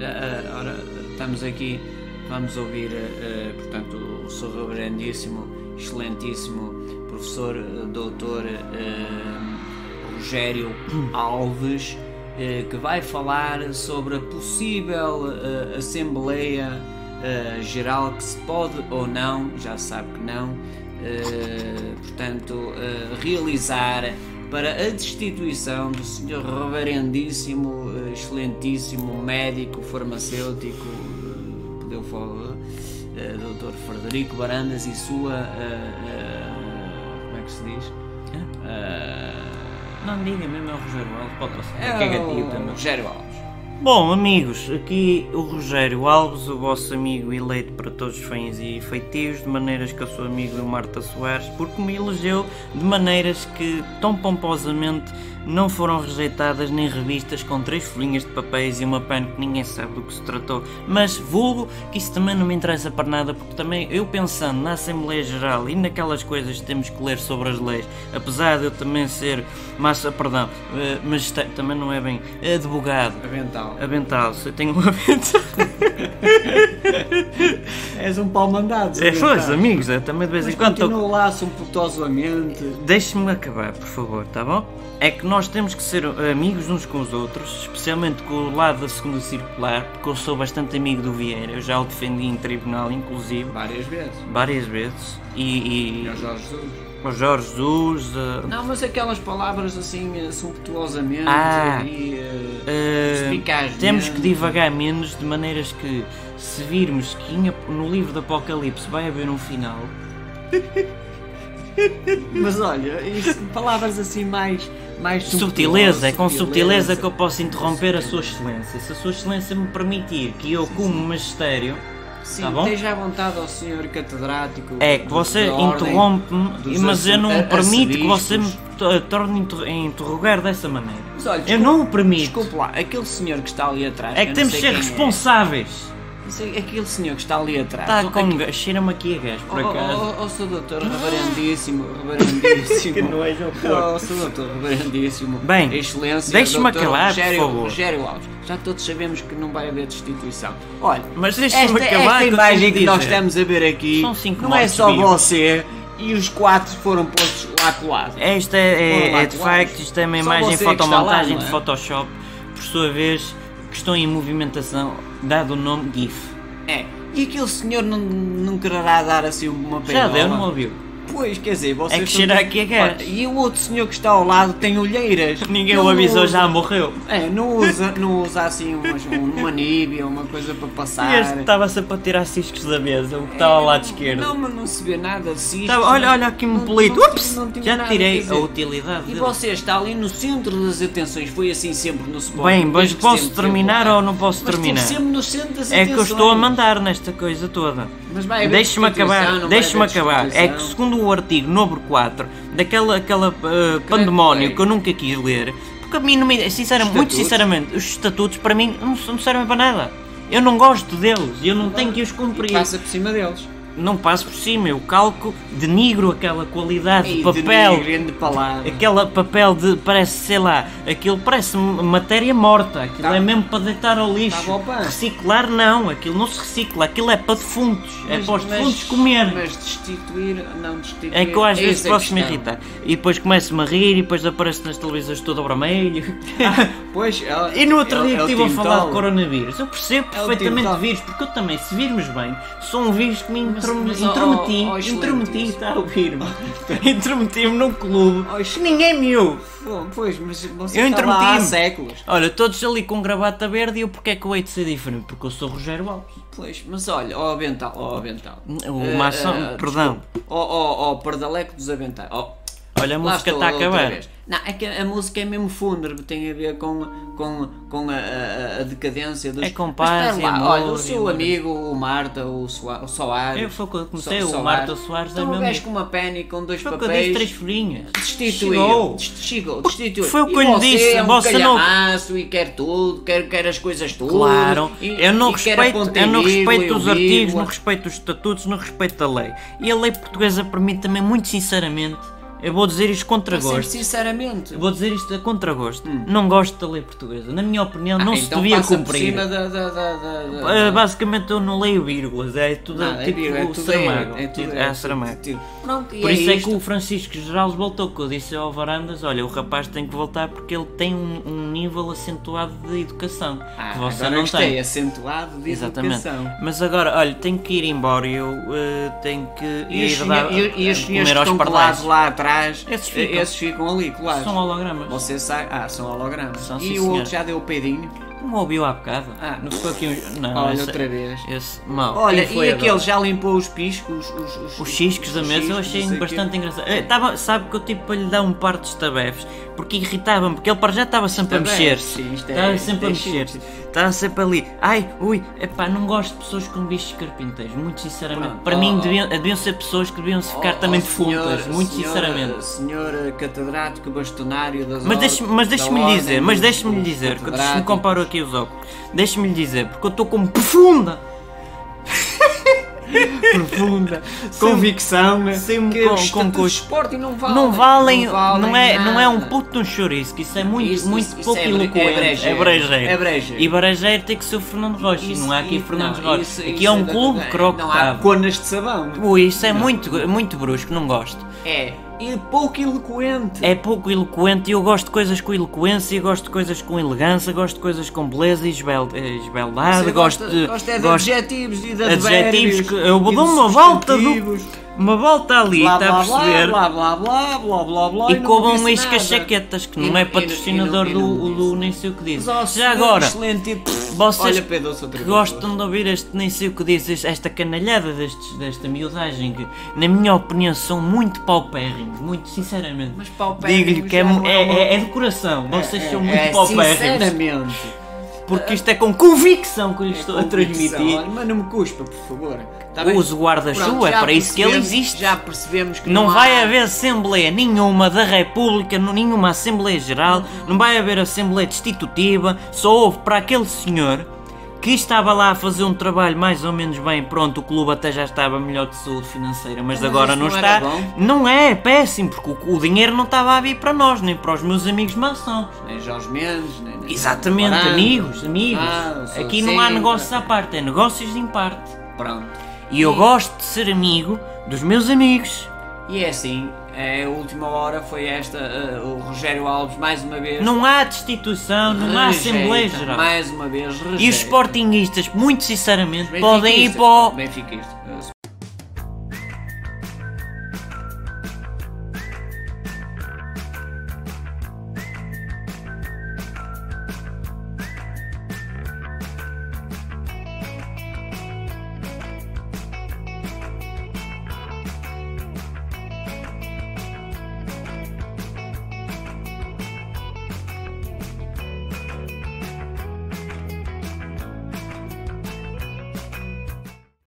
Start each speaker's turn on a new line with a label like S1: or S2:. S1: Ah, ora, estamos aqui, vamos ouvir, eh, portanto, o seu reverendíssimo, excelentíssimo professor eh, doutor eh, Rogério Alves, eh, que vai falar sobre a possível eh, Assembleia eh, Geral que se pode ou não, já se sabe que não, eh, portanto, eh, realizar para a destituição do senhor reverendíssimo, eh, excelentíssimo médico farmacêutico, eh, que deu fogo, eh, Dr. Frederico Barandas e sua. eh, eh, como é que se diz? Eh,
S2: Não diga mesmo, é o Rogério Alves, pode passar.
S1: É
S2: que é gatilho
S1: o
S2: também.
S1: Rogério Alves.
S2: Bom, amigos, aqui o Rogério Alves, o vosso amigo eleito para todos os fins e feitios, de maneiras que eu sou amigo do Marta Soares, porque me elegeu de maneiras que tão pomposamente não foram rejeitadas nem revistas com três folhinhas de papéis e uma pano que ninguém sabe do que se tratou. Mas vulgo que isso também não me interessa para nada, porque também eu pensando na Assembleia Geral e naquelas coisas que temos que ler sobre as leis, apesar de eu também ser massa, perdão, eh, mas ta- também não é bem advogado.
S1: Avental.
S2: Avental, se eu tenho um avental.
S1: És um pau mandado.
S2: É, pois, amigos, eu também de vez em quando. Tô...
S1: laço putosamente.
S2: Deixe-me acabar, por favor, tá bom? É que nós temos que ser eh, amigos uns com os outros, especialmente com o lado da segunda circular, porque eu sou bastante amigo do Vieira, eu já o defendi em tribunal, inclusive,
S1: Várias vezes.
S2: várias vezes, e,
S1: E
S2: e
S1: ao Jorge Jesus.
S2: o Jorge Jesus, eh,
S1: Não, mas aquelas palavras assim, eh, sumptuosamente
S2: Ah.
S1: e eh,
S2: eh,
S1: Perspicazmente.
S2: temos que divagar menos, de maneiras que, se virmos que em Ap- no livro do Apocalipse vai haver um final,
S1: Mas olha, isso, palavras assim mais. mais
S2: Subtileza, é com subtileza
S1: subtileza.
S2: que eu posso interromper a Sua Excelência. Se a Sua Excelência me permitir que eu, como magistério,
S1: Sim,
S2: Tá bom?
S1: esteja à vontade ao senhor catedrático.
S2: é que
S1: do-
S2: você
S1: da ordem.
S2: interrompe-me,
S1: dos
S2: mas eu não
S1: arce-
S2: permito que você me
S1: arcebispos.
S2: to- torne a inter- a interrogar dessa maneira.
S1: Mas olha,
S2: Eu
S1: desculpe,
S2: não o permito.
S1: desculpe lá, aquele senhor que está ali atrás.
S2: É que
S1: eu não
S2: temos de
S1: sei
S2: ser
S1: quem
S2: responsáveis.
S1: Não sei, Aquele senhor que está ali atrás.
S2: Está
S1: não-
S2: Tá com gás, cheira-me aqui a gás, por
S1: Tá, Oh,
S2: acaso. Ah.
S1: Oh, oh, oh, seu doutor, reverendíssimo, reverendíssimo.
S2: Que nojo,
S1: Oh, seu doutor, reverendíssimo.
S2: Bem,
S1: Excelência,
S2: deixe-me
S1: doutor
S2: acabar, por
S1: Rogério,
S2: favor.
S1: Rogério Alves, já todos sabemos que não vai haver destituição. Olha,
S2: Mas
S1: esta, é
S2: deixa-me acabar.
S1: esta
S2: que eu
S1: imagem
S2: tenho de
S1: que nós
S2: dizer.
S1: estamos a ver aqui
S2: São cinco
S1: não é
S2: mortos
S1: só
S2: vivos.
S1: você e os quatro foram postos lá colados.
S2: Esta é,
S1: Foram lá
S2: é, de
S1: colados.
S2: facto, isto é uma
S1: Só
S2: imagem
S1: você é que está lá,
S2: fotomontagem
S1: não é?
S2: de Photoshop, por sua vez, que estão em movimentação, dado o nome GIF.
S1: É. E aquele senhor não, não quererá dar assim uma pena.
S2: Já deu, não ouviu?
S1: Pois, quer dizer, vocês
S2: É que
S1: são
S2: cheira
S1: todos-
S2: aqui a gás.
S1: Olha, E o outro senhor que está ao lado tem olheiras.
S2: Ninguém
S1: Não
S2: o avisou,
S1: usa.
S2: já morreu.
S1: É, não usa, não usa assim umas, um- uma níbia, uma coisa para passar.
S2: Este estava sempre a tirar ciscos da mesa, o que estava ao lado esquerdo.
S1: Não, mas não se vê nada assim.
S2: Estava- olha, olha aqui um
S1: Não-
S2: pelito.
S1: não-
S2: Ups!
S1: não tive
S2: Já
S1: nada a
S2: tirei tipo
S1: dizer.
S2: a utilidade
S1: E
S2: dele.
S1: você está ali no centro das atenções, foi assim sempre no Sport.
S2: Bem, mas
S1: desde que
S2: posso
S1: sempre
S2: terminar
S1: teve lá.
S2: ou não posso
S1: Mas
S2: terminar?
S1: estou sempre no centro das
S2: É
S1: atenções.
S2: que eu estou a mandar nesta coisa toda.
S1: Mas vai haver
S2: Deixe-me
S1: destituição, não
S2: acabar,
S1: vai
S2: deixe-me
S1: haver
S2: acabar. É que
S1: destituição.
S2: segundo o artigo número 4 daquela aquela, eh, pandemónio que eu nunca quis ler, porque a mim não me, sinceramente, muito
S1: é? Estatutos.
S2: sinceramente, os estatutos para mim não, não servem para nada. Eu não gosto deles, eu não tenho que os cumprir.
S1: Passa por cima deles.
S2: Não passo por cima, eu calco, denigro aquela qualidade
S1: Ei,
S2: de papel. É
S1: de grande palavra.
S2: Aquela papel de, parece, sei lá, aquilo parece m- matéria morta, aquilo
S1: Tá-
S2: é mesmo para deitar ao lixo.
S1: bom, pá.
S2: Reciclar não, aquilo não se recicla, aquilo é para defuntos, é
S1: Mas-
S2: para os
S1: mas-
S2: defuntos comerem.
S1: Mas destituir, não destituir.
S2: É que eu às vezes
S1: essa é a
S2: posso me
S1: questão.
S2: irritar. E depois começo-me a rir e depois aparece nas televisões todo vermelho.
S1: Pois, é-
S2: e no outro
S1: é-
S2: dia
S1: é
S2: que
S1: o
S2: estive a
S1: Tim
S2: falar
S1: Tal.
S2: de coronavírus, eu percebo
S1: É o
S2: perfeitamente
S1: Tim
S2: de vírus, porque eu também, se virmos bem, sou um vírus que me
S1: Mas-
S2: introm-
S1: mas, ó,
S2: intrometi,
S1: ó, ó, excelente
S2: intrometi,
S1: isso.
S2: está a ouvir-me, intrometi-me num clube,
S1: Ó,
S2: que ninguém me ouve.
S1: Bom, Pois, mas você
S2: Eu
S1: está lá há
S2: intrometi-me.
S1: séculos.
S2: Olha, todos ali com gravata verde e eu porque é que eu hei de ser diferente? Porque eu sou Rogério Alves.
S1: Pois, mas olha, ó avental, ó avental.
S2: Uma
S1: Eh,
S2: ação,
S1: eh,
S2: perdão.
S1: Ó, ó, ó, pardaleco dos aventais. Ó,
S2: Olha, a
S1: lá
S2: música
S1: estou
S2: está a
S1: outra
S2: acabar.
S1: vez. Não, é que a música é mesmo fúnebre, tem a ver com, com, com a, a- a decadência dos...
S2: É com
S1: Mas
S2: paz
S1: espera
S2: e
S1: lá,
S2: amor
S1: olha, o
S2: e
S1: seu
S2: amor.
S1: amigo, o Marta, o, Soa, o Soares...
S2: Eu foi quando comecei,
S1: So-
S2: o
S1: Soares.
S2: Marta Soares é
S1: Então um
S2: mesmo
S1: gajo
S2: isso.
S1: com uma pena e com dois
S2: Foi o que eu disse,
S1: papéis...
S2: três folhinhas.
S1: Destituiu,
S2: Chegou.
S1: dest- chegou, destituiu.
S2: foi o que
S1: E
S2: eu lhe
S1: você
S2: disse,
S1: É um
S2: você não-
S1: calhamaço e quer tudo, quer, quer as coisas tudo.
S2: Claro,
S1: e-
S2: eu não
S1: e quer
S2: respeito,
S1: apontar
S2: eu não
S1: vírgula e
S2: respeito os
S1: vírgula.
S2: artigos, não respeito os estatutos, não respeito a lei. E a lei portuguesa permite também, muito sinceramente, eu vou dizer isto contra
S1: Sempre,
S2: gosto.
S1: sinceramente.
S2: Eu vou dizer isto a contragosto. Não gosto da lei portuguesa. Na minha opinião, não
S1: Hum. Ah,
S2: se
S1: então
S2: devia
S1: passa por
S2: cumprir.
S1: cima da- da- da- da- da-
S2: Ah, basicamente eu não leio vírgulas, é tudo
S1: Não, é
S2: tipo
S1: tudo- é
S2: o
S1: tudo-
S2: Saramago.
S1: é tudo-
S2: É Saramago.
S1: tudo- Pronto, e
S2: Por isso é que
S1: isto.
S2: o Francisco Geraldo voltou, que eu disse ao Varandas, olha, o rapaz tem que voltar porque ele tem um, um nível acentuado de educação
S1: Ah,
S2: que você
S1: agora
S2: não
S1: gostei,
S2: tem.
S1: acentuado de
S2: Exatamente.
S1: educação.
S2: Mas agora, olha, tenho que ir embora, eu eh, tenho que
S1: E os
S2: ir dar,
S1: senhor- e- e os
S2: eh,
S1: senhores que
S2: comer aos
S1: estão
S2: pardais.
S1: colados lá atrás,
S2: Esses ficam.
S1: esses ficam ali colados.
S2: São hologramas.
S1: Você sai. Ah, são hologramas.
S2: São,
S1: e
S2: sim,
S1: o
S2: senhor.
S1: outro já deu o pedinho.
S2: Não ouviu há bocado?
S1: Ah.
S2: não ficou aqui um... Não,
S1: Olha,
S2: esse,
S1: outra vez.
S2: Esse mal.
S1: Olha,
S2: Quem foi
S1: e aquele
S2: agora?
S1: já limpou os piscos, os, os,
S2: Os xiscos da
S1: os
S2: mesa eu
S1: xiscos,
S2: achei
S1: não sei o quê.
S2: bastante engraçado. Eh, tava- sabe que eu tipo para lhe dar um par de estabefes, porque irritava-me, porque ele para já estava sempre a
S1: Estabefes,
S2: mexer-se.
S1: sim, isto é-
S2: Estava
S1: isto
S2: sempre
S1: é
S2: a mexer-se. Estava sempre ali. Ai, ui, epá, não gosto de pessoas com bichos carpinteiros, muito sinceramente.
S1: Pronto,
S2: Para
S1: oh,
S2: mim
S1: oh.
S2: deviam, deviam ser pessoas que deviam se ficar
S1: Oh,
S2: também
S1: oh,
S2: defuntas,
S1: senhor-
S2: muito
S1: senhor-
S2: sinceramente.
S1: Senhor catedrático bastonário das
S2: Mas
S1: or-
S2: deixe- mas
S1: da
S2: deixe-me lhe
S1: ordem
S2: dizer, mas
S1: dos-
S2: deixe-me lhe
S1: dos
S2: dizer, que eu se me
S1: catedráticos.
S2: comparo aqui os óculos, deixe-me lhe dizer, porque eu estou como profunda,
S1: profunda convicção
S2: Sim,
S1: né? que
S2: com-
S1: os
S2: com
S1: estatutos
S2: coisa.
S1: de esporte não valem.
S2: não valem, não, é, não é um
S1: nada.
S2: puto de um chouriço, que isso é muito,
S1: Isso-
S2: muito
S1: isso- isso
S2: pouco
S1: é bre-
S2: eloquente.
S1: é brejeiro. É brejeiro.
S2: E brejeiro tem que ser o Fernando Rocha,
S1: Isso-
S2: não há aqui
S1: isso-
S2: Fernando
S1: não,
S2: Rocha.
S1: isso-
S2: aqui
S1: isso
S2: é um
S1: da-
S2: clube
S1: da- Não há
S2: crocodilo.
S1: conas de sabão.
S2: Ui, isso é muito, muito brusco, não gosto.
S1: É. E pouco eloquente.
S2: É pouco eloquente e eu gosto de coisas com eloquência, gosto de coisas com elegância, gosto de coisas com beleza e esbel- eh, esbeldade,
S1: Você
S2: gosto de.
S1: gosta é de
S2: gosto-
S1: adjetivos e de
S2: adjetivos
S1: advérbios
S2: que eu vou
S1: e
S2: dar
S1: de
S2: uma volta do-
S1: substantivos.
S2: Uma volta ali,
S1: Blá,
S2: está a
S1: blá, blá,
S2: perceber?
S1: Blá blá blá blá blá blá.
S2: E um cobam
S1: isso
S2: isso com as chaquetas, que
S1: E
S2: não
S1: não-
S2: é
S1: e não-
S2: patrocinador
S1: e não- e
S2: do,
S1: não
S2: do
S1: disse.
S2: nem sei o que diz.
S1: Mas, ó,
S2: Já
S1: senhor,
S2: agora,
S1: Excelente. e- Pff,
S2: vocês
S1: Olha, pedou-se outra
S2: que
S1: vez.
S2: gostam de ouvir este nem sei o que diz, este- esta canalhada destes, desta miudagem, que na minha opinião são muito paupérrimos, muito sinceramente.
S1: Mas paupérrimos
S2: Digo-lhe que é,
S1: já
S2: mu-
S1: não
S2: é,
S1: é uma-
S2: é- é do coração, vocês
S1: É,
S2: são muito
S1: é,
S2: paupérrimos.
S1: Sinceramente.
S2: Porque isto é com convicção que eu lhes estou a transmitir.
S1: Olha, Mas não me cuspa, por favor. Tá bem?
S2: Os guardas
S1: Pronto,
S2: sua, é
S1: já
S2: para isso que ele
S1: percebemos-
S2: existe.
S1: Já percebemos que
S2: Não
S1: há-
S2: vai haver Assembleia nenhuma da República, nu- nenhuma Assembleia Geral, não vai haver Assembleia Destitutiva, só houve para aquele senhor que estava lá a fazer um trabalho mais ou menos bem, pronto, o clube até já estava melhor de saúde financeira, mas,
S1: Mas
S2: agora
S1: isso
S2: não,
S1: não era
S2: está.
S1: bom?
S2: Não é, é péssimo, porque o, o dinheiro não estava a vir para nós, nem para os meus amigos maçons.
S1: Nem Jorge Mendes, nem. nem-
S2: Exatamente,
S1: Baranda.
S2: amigos, amigos.
S1: Ah, sou
S2: Aqui não há
S1: sempre.
S2: negócios à parte, é negócios em parte.
S1: Pronto.
S2: E eu gosto de ser amigo dos meus amigos.
S1: E é assim, é, a última hora foi esta. eh, o Rogério Alves, mais uma vez.
S2: Não há destituição, não há
S1: rejeita,
S2: Assembleia Geral.
S1: Mais uma vez, rejeita.
S2: E os sportinguistas, muito sinceramente,
S1: Benfiquistas,
S2: podem ir para o
S1: Benfiquista. eh,